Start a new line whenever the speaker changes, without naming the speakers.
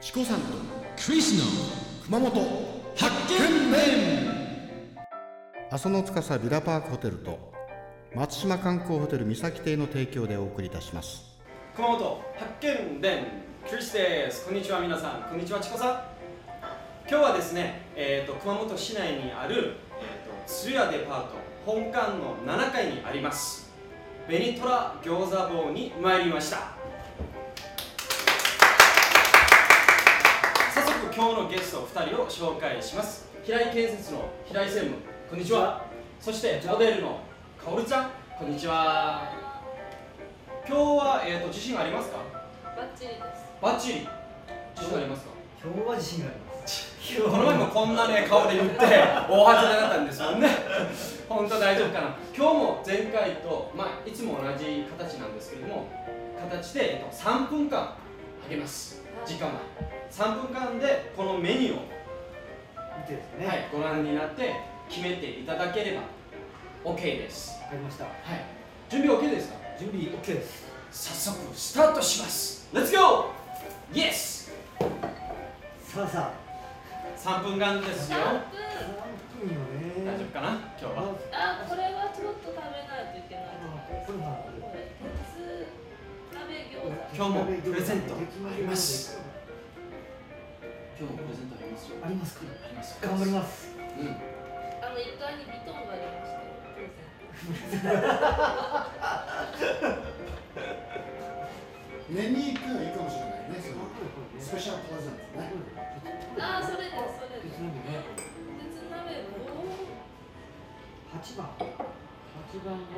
チコさんとクリスの熊本発見面
阿蘇の司ビラパークホテルと松島観光ホテル三崎邸の提供でお送りいたします
熊本発見伝クリスですこんにちは皆さんこんにちはチコさん今日はですね、えー、と熊本市内にある、えー、と鶴屋デパート本館の7階にありますベニトラ餃子坊に参りました早速今日のゲスト2人を紹介します平井建設の平井専務こんにちはそしてモデルのかおるちゃんこんにちは今日は、えー、と自信ありますか
バッチリです。
バッチリ自信ありますか
今日は自信があります。
この前もこんなね顔で言って大外れだったんですもんね本当大丈夫かな今日も前回と、まあ、いつも同じ形なんですけれども形で、えっと、3分間あげます時間は3分間でこのメニューを、
見てですね。
は
わ、
い、ご覧になって決めていただければ OK です、
かりました。
はい、準備 OK ですか
準備 OK です。
早速スタートしますレッツゴーイエス
さあさあ、
3分間ですよ
三
3
分。
分よね。
大丈夫かな今日は
あ、これはちょっと食べないといけない
あこれは
これ鉄鍋餃子。
今日もプレゼントあります。今日もプレゼントありますよ
ありますか。
あります
頑張ります。
うん
あの一階にビトンがありましたよ。プレゼン
年に1回はいいかもしれないねそのスペ
少し。
シャルプレゼントね
トあ、それです。それで
別
す。
なんでね。
鉄鍋を。
八番。八番が。